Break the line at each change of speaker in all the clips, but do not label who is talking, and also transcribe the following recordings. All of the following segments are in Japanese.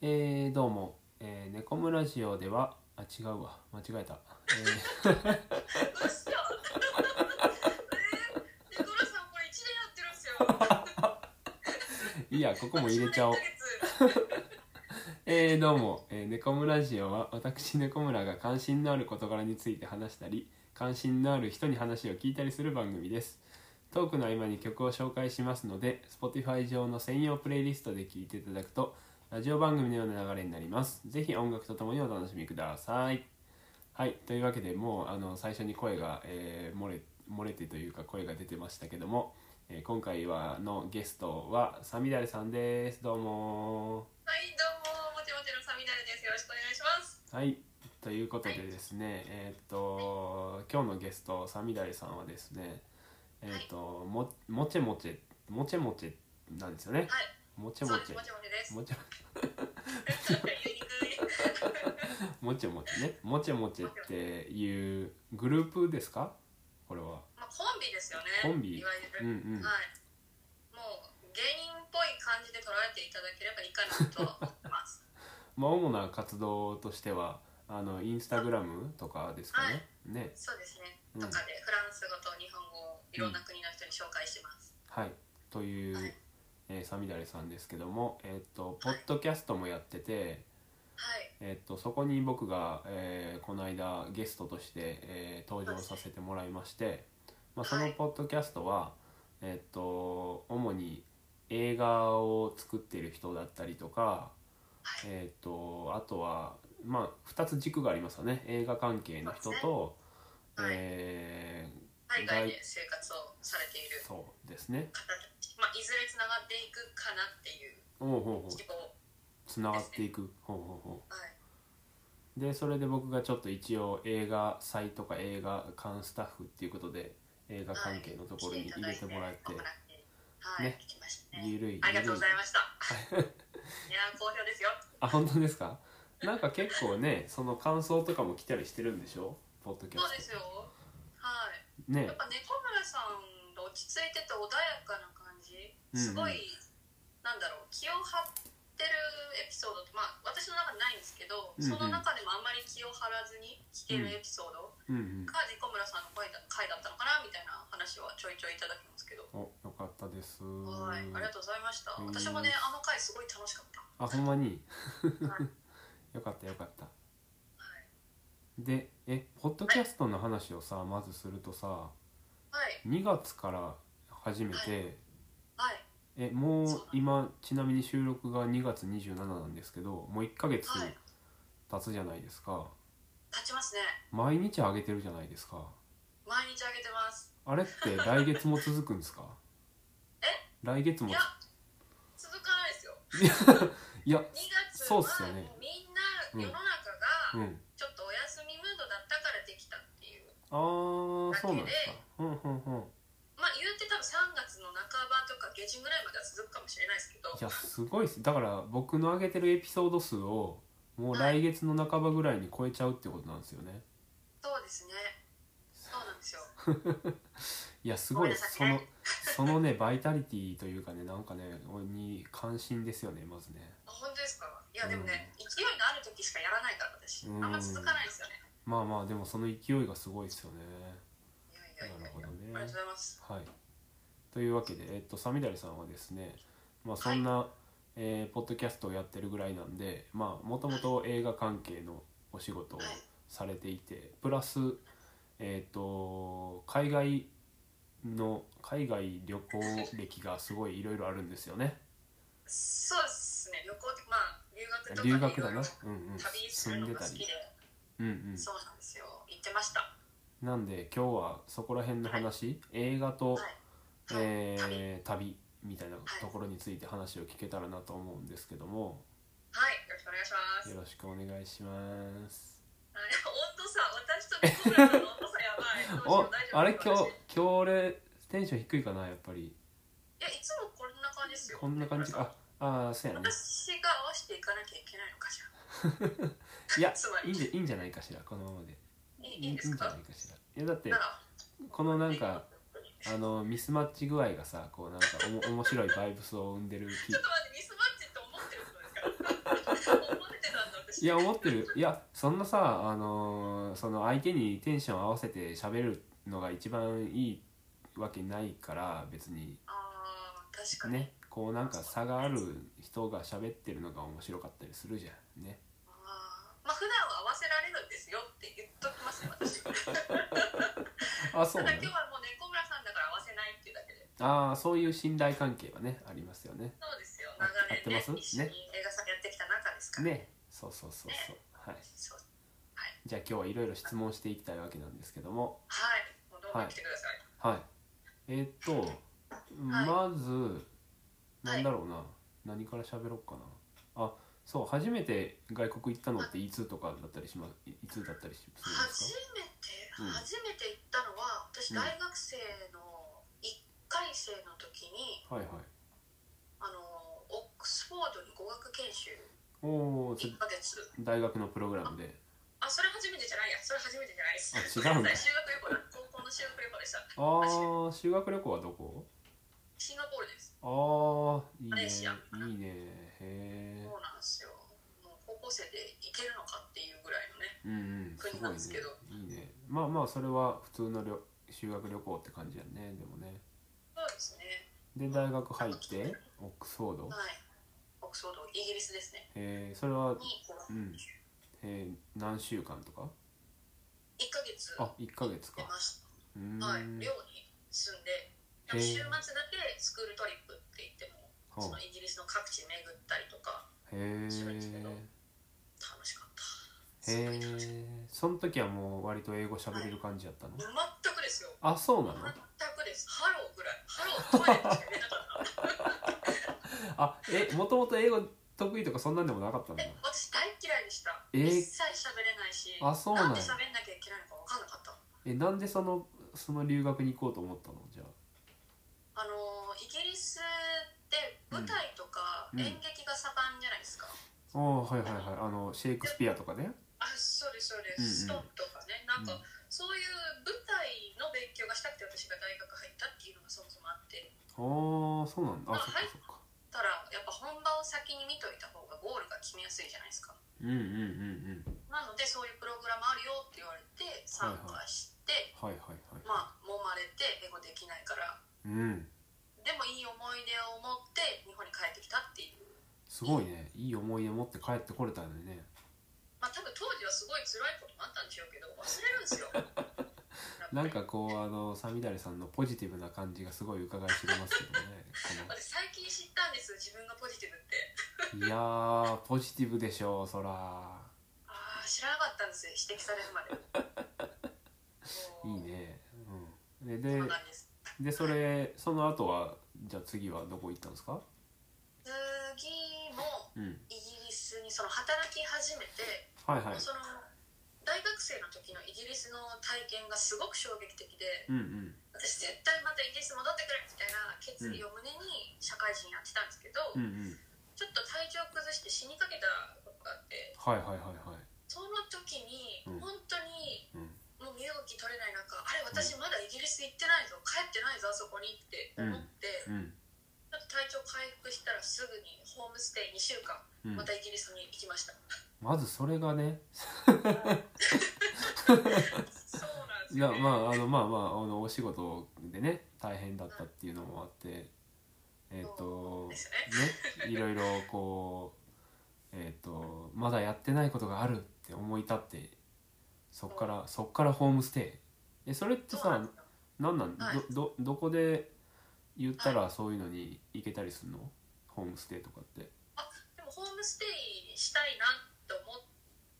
えー、どうも、えー、ネコムラジオでは、あ、違うわ、間違えた。
どうしたえー、ニコラさんこれ一年やってるんですよ。こ
えー、いいや、ここも入れちゃおう。えー、どうも、えー、ネコムラジオは、私ネコムラが関心のある事柄について話したり、関心のある人に話を聞いたりする番組です。トークの合間に曲を紹介しますので、Spotify 上の専用プレイリストで聴いていただくと、ラジオ番組のような流れになります。ぜひ音楽とともにお楽しみください。はい、というわけでもうあの最初に声が、えー漏れ漏れてというか声が出てましたけども、えー今回はのゲストはサミダレさんです。どうも
はい、どうも、もちもちのサミダルです。よろしくお願いします。
はい、ということでですね、えーっと今日のゲストサミダレさんはですね、えーっとももちもちもちもちなんですよね。
はい、
もち
そう
も
です。
ち
もちもちです。
もち
言いにくい。
もちもちねもちもちっていうグループですか？これは。
まあ、コンビですよね。
コンビ
いわゆ
うん
る。
うん。
はい。もう芸人っぽい感じで捉えていただければいいかなと思っ てます。
まあ、主な活動としてはあのインスタグラムとかですかね。ね
そうですね。
うん
とかでフランス語と日本語をいろんな国の人に紹介してます。
はいという、
はい
えー、サミダレさんですけども、えっとポッドキャストもやってて、
はい。
えっとそこに僕が、えーこの間ゲストとして、えー登場させてもらいまして、まあ、その
はい
ポッドキャストは、えっと主に映画を作っている人だったりとか、
はい。
えー、とあとは、まあ、2つ軸がありますよね映画関係の人と、
そうですねはい
え
海外で生活をされている
ー、。そうですね
方たち、まあ、いずれつながっていくかなっていう
ほうほうほう
希望、
つながっていくほうほうほ
はい、
うでそれで僕がちょっと一応映画祭とか映画館スタッフっていうことで映画関係のところに入れてもらって、
はい来いただいてはい、
ね
聞きましたね
ゆるい
ありがとうございました いやー好評ですよ
あ本当ですかなんか結構ねその感想とかも来たりしてるんでしょポッドキャ
そうで
ス
すよはい
トね
やっぱ猫村さんの落ち着いてて穏やかな感じすごい、なんだろう気を張ってるエピソードってまあ私の中でないんですけど、
うんうん
その中でもあんまり気を張らずに聞けるエピソード
うんうん
が猫村さんの回だ回だったのかなみたいな話はちょいちょいいただきますけど
およかったです
はい、ありがとうございました。
うん
私もね、あの回すごい楽しかった。
あほんまに
はい、
よかったよかったでえポッドキャストの話をさまずするとさ
はい、
2月から始め
は
て
はい、
えもう
そうだ
今ちなみに収録が2月27なんですけどもう1ヶ月
はい
経つじゃないですか
立ちますね。
毎日上げてるじゃないですか
毎日あげてます。
あれ って来月も続くんですか
え
来月も
い
つ
や、続かないですよ。
いや
2月
そう
は
っすよね
もうみんな
うん
世の中
う
が
ん
ちょっとお休みムードだったからできたっていう。
あーそうなんですかうんうんうん
まあ言うて多分3月の半ばとか下旬ぐらいまでは続くかもしれないですけど、
いやすごいっすだから僕の上げてるエピソード数をもう来月の半ばぐらいに超えちゃうってことなんですよね
そうですね。そうなんですよ。
いやすごい
ごめんな
そ
さい
の
ね
そのねバイタリティというかねなんかねに関心ですよねまずね
あ本当ですかいやでもね、勢いのある時しかやらないから私、あんま続かないですよね。
まあまあでもその勢いがすごいですよね
いやいやいやいや、
なるほどね
ありがとうございます。
はいというわけでえっとサミダレさんはですねまあそんな、えーポッドキャストをやってるぐらいなんでまあもともと映画関係のお仕事を
はい
されていてプラスえっ、と海外の海外旅行歴がすごいいろいろあるんですよね
そうですね旅行ってまあ留学とか
留学だ
いろ
ない
ろ、
うんうん、
旅す
住
る
ん
の
で
が
た
好き
り
で、
うんうん、
そうなんですよ行ってましたは
なんで今日はそこら辺の話、映画と、
い、はい
えー旅みたいなところについて話を聞けたらなと思うんですけども、
はいよろしくお願いします
よろしくお願いします。
はい温度差私とニコラさんの温度差やば いど
お
うしよう
あれ今
大丈夫
日今日俺テンション低いかなやっぱり
いやいつもこんな感じですよ
こんな感じ
ニコラ
ああーそうやね
さん私が合わせていかなきゃいけないのかしら
いや
つま
いいん
り
じゃいいんじゃないかしらこのままで
いいいいんです
じゃな
か
いかしらいやだって
なら
このなんかあのミスマッチ具合がさこうなんかおも面白いバイブスを生んでる気
ちょっと待ってミスマッチって思ってることですから
いや思ってるいやそんなさあのーその相手にテンション合わせて喋るのが一番いいわけないから別に
あー確かに、
ねこうなんか差がある人が喋ってるのが面白かったりするじゃんね
あーまあ普段は合わせられるんですよって言っときますよ 私
あそう
ただ
ね
今日はもう猫村さんだから合わせないっていうだけで
ああそういう信頼関係はねありますよね
そうですよ
あ
長年ね
合ってます
一緒に映画さんやってきた中ですから
ねそうそうそうそうはい
そう
じゃあ今日はいろいろ質問していきたいわけなんですけども
はいもうどんどん来てください、
はいえーっと、まずなんだろうな、何から喋ろうかなあそう初めて外国行ったのっていつとかだったりしますいつだったりするんです
初
か
めて、
うん
初めて行ったのは私
うん
大学生の1回生の時に、
はいはい
あのオックスフォードに語学研修
おお
1ヶ月
大学のプログラムで
あそれ初めてじゃないやそれ初めてじゃないです
あ違うんだ
修学旅行だ高校の修学旅行でした
ああ修学旅行はどこ
シンガポールです
ああいい
マ
ね
レーシア
いいねへ
そうなんですよもう高校生で行けるのかっていうぐらいのね
えうんうんす
国
ご
ないん
ね
ですけど
いいねまあまあそれは普通の旅修学旅行って感じやねでもね
そうですね
で大学入ってオックスフォード
はいオックスフォードイギリスですね
えー、それは、
にこ
う
うん
えー、何週間とか
1ヶ月
あ一1ヶ月
出
か
ました
うーん
はい、寮に住んで、でも
へえ
週末だけスクールトリップって言っても、
ほ
そ
う
のイギリスの各地巡ったりとか、
へえ
週末だけど楽しかった。
へ
すごい楽しかっ
えその時はもう割と英語喋れる感じやったの
た全くですよ。
あそうな
全
の
くです。ハローぐらい。ハロートイレしか言えなかった。
あえもともと英語得意とかそんなんでもなかったんだ
え、私大嫌いでした。
え
一切喋れないし、
あそうなん
で喋んなきゃいけないのか分かんなかった。
えなんでそのその留学に行こうと思ったのじゃあ
あのーイギリスって舞台とか
うん
演劇が盛んじゃないですか。
ああはいはいはいあのシェイクスピアとかね
あそうですそうで
うんうん
す、ストンとかねなんか、
うん
そういう舞台の勉強がしたくて私が大学入ったっていうのがそもそもあって
ああそうなんだあ
あ
そっか
はい
そっか
たらやっぱ本場を先に見といた方がゴールが決めやすいじゃないですか
うんうんうんうん
なのでそういうプログラムあるよって言われて参加して、
はいはいはい、
まあ揉まれて英語できないから
うん
でもいい思い出を持って日本に帰ってきたっていう
すごいねいい思い出持って帰ってこれたのにね
まあ多分当時はすごい辛いこともあったんでしょうけど忘れるんですよ
なんかこうあの三ダさんのポジティブな感じがすごい伺い知れますけどね
私最近知ったんです自分がポジティブって
このいやーポジティブでしょうそら
ああ知らなかったんですよ指摘されるまで
い いね、うん、で
そう
で
なんです
でそれその後はじゃあ次はどこ行ったんですか
次も
うん
イギリスにその働き始めて、
はいはい
その大学生の時のイギリスの体験がすごく衝撃的で
うんうん
私絶対またイギリス戻ってくるみたいな決意を胸に社会人やってたんですけど、
うんうん
ちょっと体調崩して死にかけたことがあって
はいはいはいはい
その時に
うん
本当に
うん
もう身動き取れない中あれ私まだイギリス行ってないぞ帰ってないぞあそこにって思って。
うん
ちょっと体調回復したらすぐにホームステイ2週間
うん
またイギリスに行きました、
まずそれがね
そうなんです
いや
よ、ね、
まああのまあまああのお仕事でね大変だったっていうのもあってえっ、と
ですよね
ねいろいろこうえっ、とまだやってないことがあるって思い立ってそっからそっからホームステイえそれって
そうなん
さ
ですよ
なんなん
はい
どどどこで言ったらそういうのに行けたりするのホームステイとかって
でもホームステイしたいなと思っ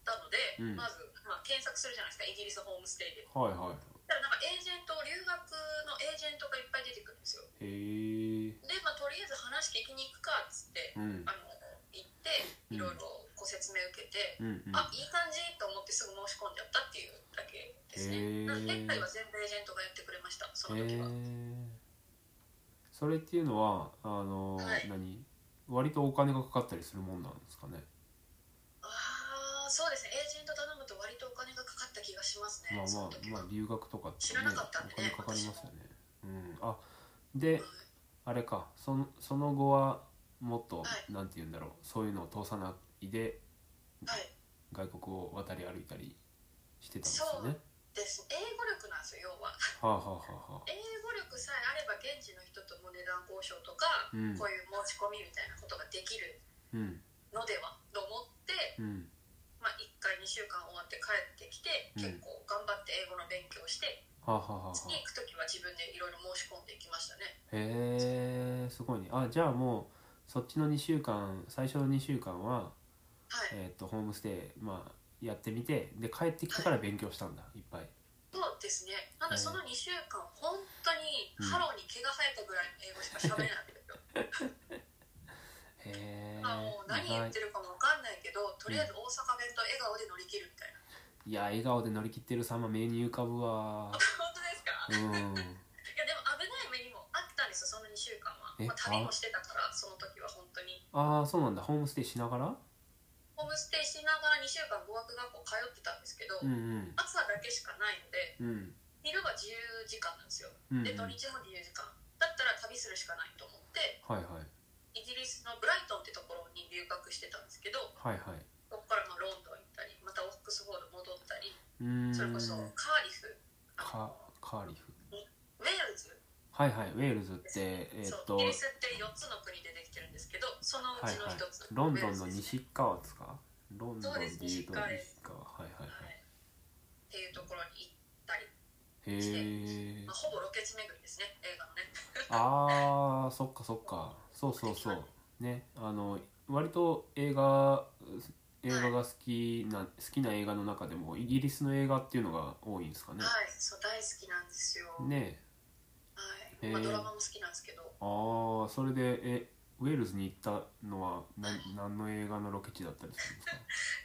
たので、
うん
まず、まあ、検索するじゃないですかイギリスホームステイで
はいは
たらなんかエージェント留学のエージェントがいっぱい出てくるんですよ
いへえ
で、まあ、とりあえず話聞きに行くかっつって
うん
あの行っていろいろご説明受けて、
うんうん
あいい感じと思ってすぐ申し込んじゃったっていうだけです
へー
ねなので今回は全部エージェントがやってくれましたその時は、
えそれっていうのはあの、
はい
何割とお金がかかったりするもんなんですかね、
ああそうですねエージェント頼むと割とお金がかかった気がしますね
まあ
そ
ま
の時
あま
は
あ留学とかって、
知らなかったんで
お金
ね
かかりますよねうんあで
はい
あれかそのその後はもっと、
はい
なんて言うんだろうそういうのを通さないで
はい
外国を渡り歩いたりしてたんですよね。
です英語力なんですよ要は
はあ、はあはあはあ、
英語力さえあれば現地の人とも値段交渉とか、
うん
こういう申し込みみたいなことができる
うん
のではと思って、
うん
まあ、1回2週間終わって帰ってきて
うん
結構頑張って英語の勉強して、
はあ、はあはあはあ、
次行く時は自分でいろいろ申し込んでいきましたね
へえすごいねあじゃあもうそっちの2週間最初の2週間は、
はい、
えー、とホームステイ、まあ、やってみてで帰ってきてから勉強したんだいっぱい。
そうですねなんで
うん
その2週間本当にハローに毛が生えたぐらいの英語しか喋れないんですよ、
へえ
まあもう何言ってるかも分かんないけどとりあえず大阪弁と笑顔で乗り切るみたいな、
いや 笑顔で乗り切ってる様目に浮かぶわ
本当ですか
うん
いやでも危ない目にもあったんですよその2週間は、
え
まあ、旅もしてたからその時は本当に
ああそうなんだホームステイしながら
ホームステイしながら2週間語学学校通ってたんですけど、
うんうん
朝だけしかないので
うん
昼は自由時間なんですよ
うんうん
で土日も自由時間だったら旅するしかないと思って
はいはい
イギリスのブライトンってところに留学してたんですけど
はいはい
そこからまあロンドン行ったりまたオックスフォード戻ったり
うーん
それこそカーリフあ
カ
の
カーリフ
ウェールズ
はいはいウェールズってえーっ
そう
と
イギリスって4つの国でできてるんですけどそのう
はい
ちの
はい
1つ、
ロンドンの
ウェールズですね
西側ですかロンドン
そう
でいう
です
と西側
西側
はい
で
はい
は、
はい
っていうところに行ったり、
いへえ
まあ、ほぼロケ地巡りですね映画のね
あーそっかそっかそうそうそうねあの割と映画映画が好きな好きな映画の中でもイギリスの映画っていうのが多いんですかね
はいそう大好きなんですよ、
ね
はい
へー
まあ、ドラマも好きなんですけど
ああそれでえウェールズに行ったのは何何の映画のロケ地だったりするんですか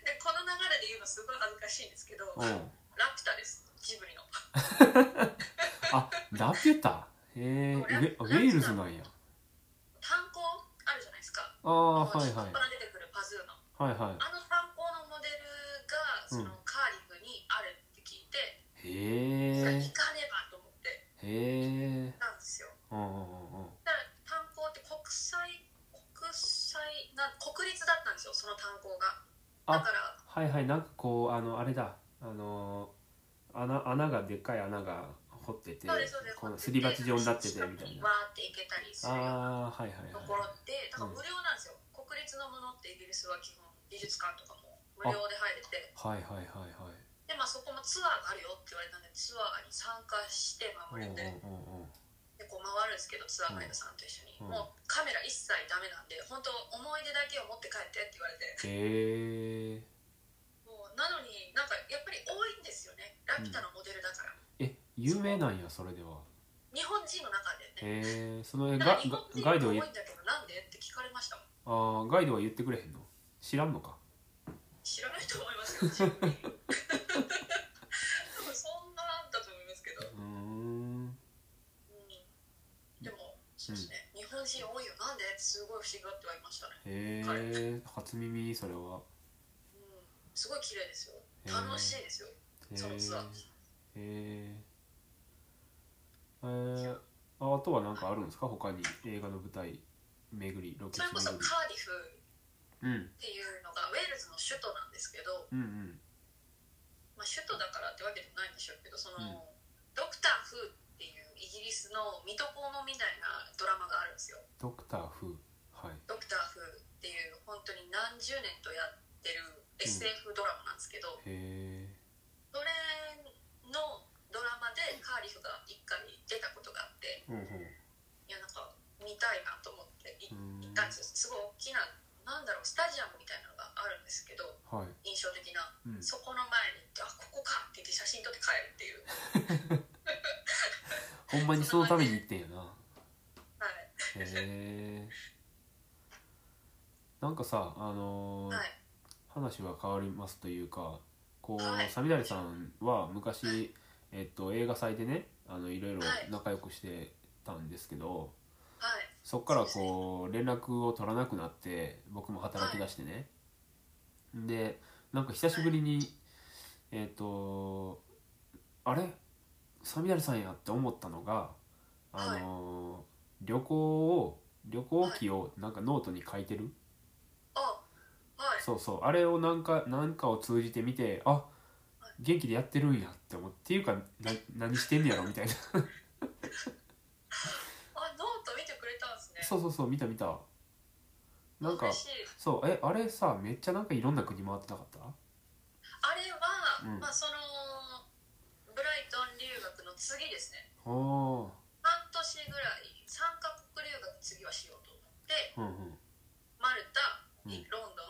でこの流れで言うのすごい恥ずかしいんですけ ど「
お
ラ
う
ピュタ」ですジブリの
あラピュタへえウェウェールズなんや
炭鉱あるじゃないですか
ああ
こ
は
う
いはい
こから出てくるパズーの
はいは
あの炭鉱のモデルがそのカーリフにあるって聞いて、
いへ
それ
え
行かねばと思って
へえ
行ったんですよ
うんうん
だから炭鉱って国際国際な国立だったんですよその炭鉱が
あ
だから
はいはいなんかこうあのあれだあのー穴穴がでっかい穴が掘ってて
そうですそうです
このすり鉢状になっててみたいな
わーって行けたりするような
ああーはいはい
と
はい
ころでだか
うん
ら無料なんですよ、国立のものってイギリスは基本美術館とかも無料で入れて
はいはいはいはい
でまあそこもツアーがあるよって言われたんでツアーに参加してまあ
うん
無
うんう
料
ん
で
うん
でこう回るんですけどツアーガイドさんと一緒に、
うん
もうカメラ一切ダメなんで本当思い出だけを持って帰ってって言われて
へえ
もうなのになんかやっぱり多いんですよねラピュタのモデルだから、
え有名なんやそれでは
日本人の中でね、
へえそのえ
だ
が
から日本人
ガ
が
イド
多
はい
ん
言
だけどなんでって聞かれましたも
あ
ん
ーガイドは言ってくれへんの知らんのか
知らないと思いますよ自 分に多分そんななんだと思いますけど、
うーん
うん、でもそうですね、日本人多いよなんでってすごい不思議がってはいましたね、
へえ初耳それは
うん、すごい綺麗ですよ
へー
楽しいですよそのツアー
へええー、ああとは何かあるんですか他に映画の舞台巡りロケ地
それこそ
巡り
カーディフ
うん
っていうのがウェールズの首都なんですけど、
うんうん
まあ、首都だからってわけでもないんでしょうけどその、
うん
ドクター・フーっていうイギリスの水戸黄門みたいなドラマがあるんですよ
ドクター風はい
ドクターフーっていう本当に何十年とやってる SF ドラマなんですけど、
へ
それのドラマでカーリフが一回出たことがあって
えうんうん
いやなんか見たいなと思っていう行
ーん
ったんですよすごい大きななんだろうスタジアムみたいなのがあるんですけど
はい
印象的な
うん
そこの前に行ってあここかって言って写真撮って帰るっていう、
ほんまにそのために行ってんやな
はい
へえなんかさあのー
はい、
話は変わりますというかこう、
はい
サミダレさんは昔、えっと、映画祭でねあのいろいろ
はい
仲良くしてたんですけど、
はい、
そっからこう連絡を取らなくなって僕も働き出してね、でなんか久しぶりに、えっ、とあれサミダレさんやって思ったのがあのー、旅行を旅行記をなんかノートに書いてる
あはい
そうそうあれをなんかなんかを通じて見てあ元気でやってるんやって思うっていうかな何してんねやろみたいな
あノート見てくれたんですね
そうそうそう見た見たなんか
嬉しい
そうえあれさめっちゃなんかいろんな国回ってなかった
あれは、
うん
まあ、そのブライトン留学の次ですね
あー
半年ぐらい3カ国留学次はしようと思って
うんうん
マルタ
うん
いロンド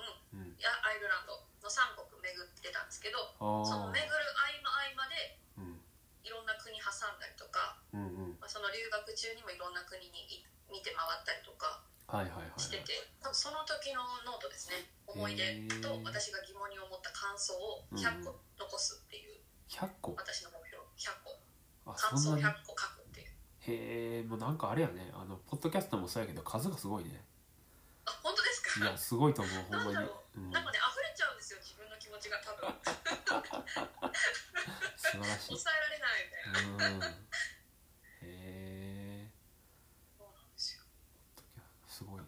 う
ン
ん
いやアイルランドの3国巡ってたんですけどその
あ
巡る合間合間で
ーうん
いろんな国挟んだりとか、
うんうん
まあ、その留学中にもいろんな国にい見て回ったりとか
はいはいはいはい
してて、多分その時のノートですね思い出と
へー
私が疑問に思った感想を100個残すっていう
100個
私の目標100個
あ
感
そ
想
んなに
100個書くっていう
へえもうなんかあれやねあのポッドキャストもそうやけど数がすごいね
あ本当です
い
か
やすごいと思うほんまに
なんだろ
うん
なんかね溢れちゃうんですよ自分の気持ちが多分
素晴らしい
抑えられないみたいな
うんへえ
そうなんですよ
すごいね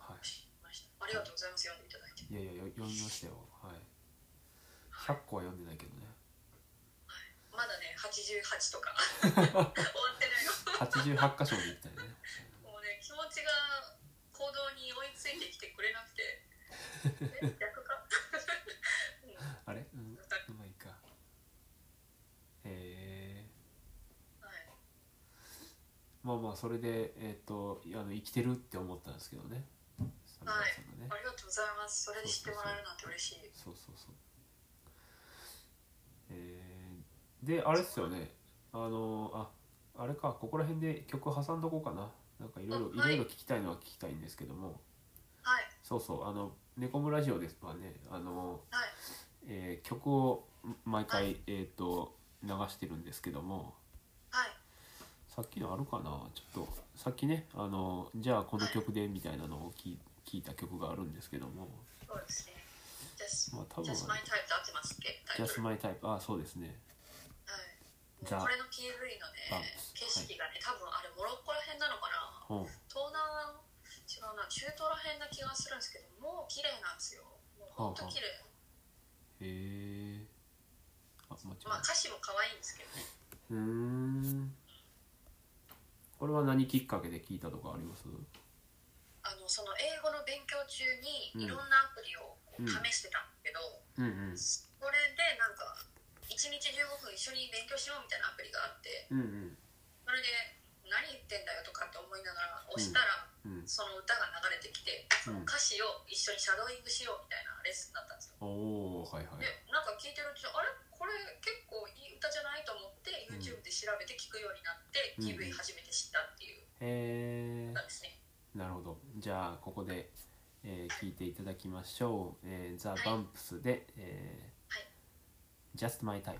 はい
知りましたありがとうございます読んでいただいて
いやいやよ読みましたよはい100個は読んでないけどね
まだね88 とか終わってないよ
88箇所まで行ったよね
もうね気持ちが行動に追いついてきてくれなくて え逆か うんは
あれうんうまいかへえ
い
まあまあそれでえっ、とあの生きてるって思ったんですけどねサムライさんがね、
ありがとうございますそれで知ってもらえるなんて嬉しい
そうそうそうえー、であれっすよねあのああれかここら辺で曲挟んどこうかななんかいろいろい
あは
ろ
い
いろ聞きたいのは聞きたいんですけども
はい
そうそうあの「猫村ラジオ」ですはねあの、
はい
えー曲を毎回、
は
えっ、と流してるんですけども
はい
さっきのあるかなちょっとさっきねあのじゃあこの曲でみたいなのを聞い聞いた曲があるんですけども
そうですね Just,
まあ多分
Just My Type と合ってますっけ
「
タイト
Just
ル、はい、
My Type」あそうですね
もう
じゃあ
これの PV の
あ
ね景色がね多分あれモロッコら辺なのかな
うん
東南違うな中東ら辺な気がするんですけどもう綺麗なんですよもうほんと綺麗
へえあ間違え
まあ
た
歌詞も可愛いんですけどね
うーんこれは何きっかけで聞いたとかあります
あのその英語の勉強中に
うん
いろんなアプリをこ
う
うん試してたんだけど、
うんうん
それでなんか1日15分一緒に勉強しようみたいなアプリがあって
うんうん
それで何言ってんだよとかって思いながら押したら、
うん
その歌が流れてきてその歌詞を一緒にシャドーイングしようみたいなレッスンだったんですよ、
おおはいはい
でなんか聞いてるうちにあれこれ結構いい歌じゃないと思って YouTube で調べて聞くようになって、
うん
PV 初めて知ったっていう
へ
歌ですね、
えなるほどじゃあここで、えー、聞いていただきましょう「えー、ザ・バンプスで、えー
はい
Just My Type」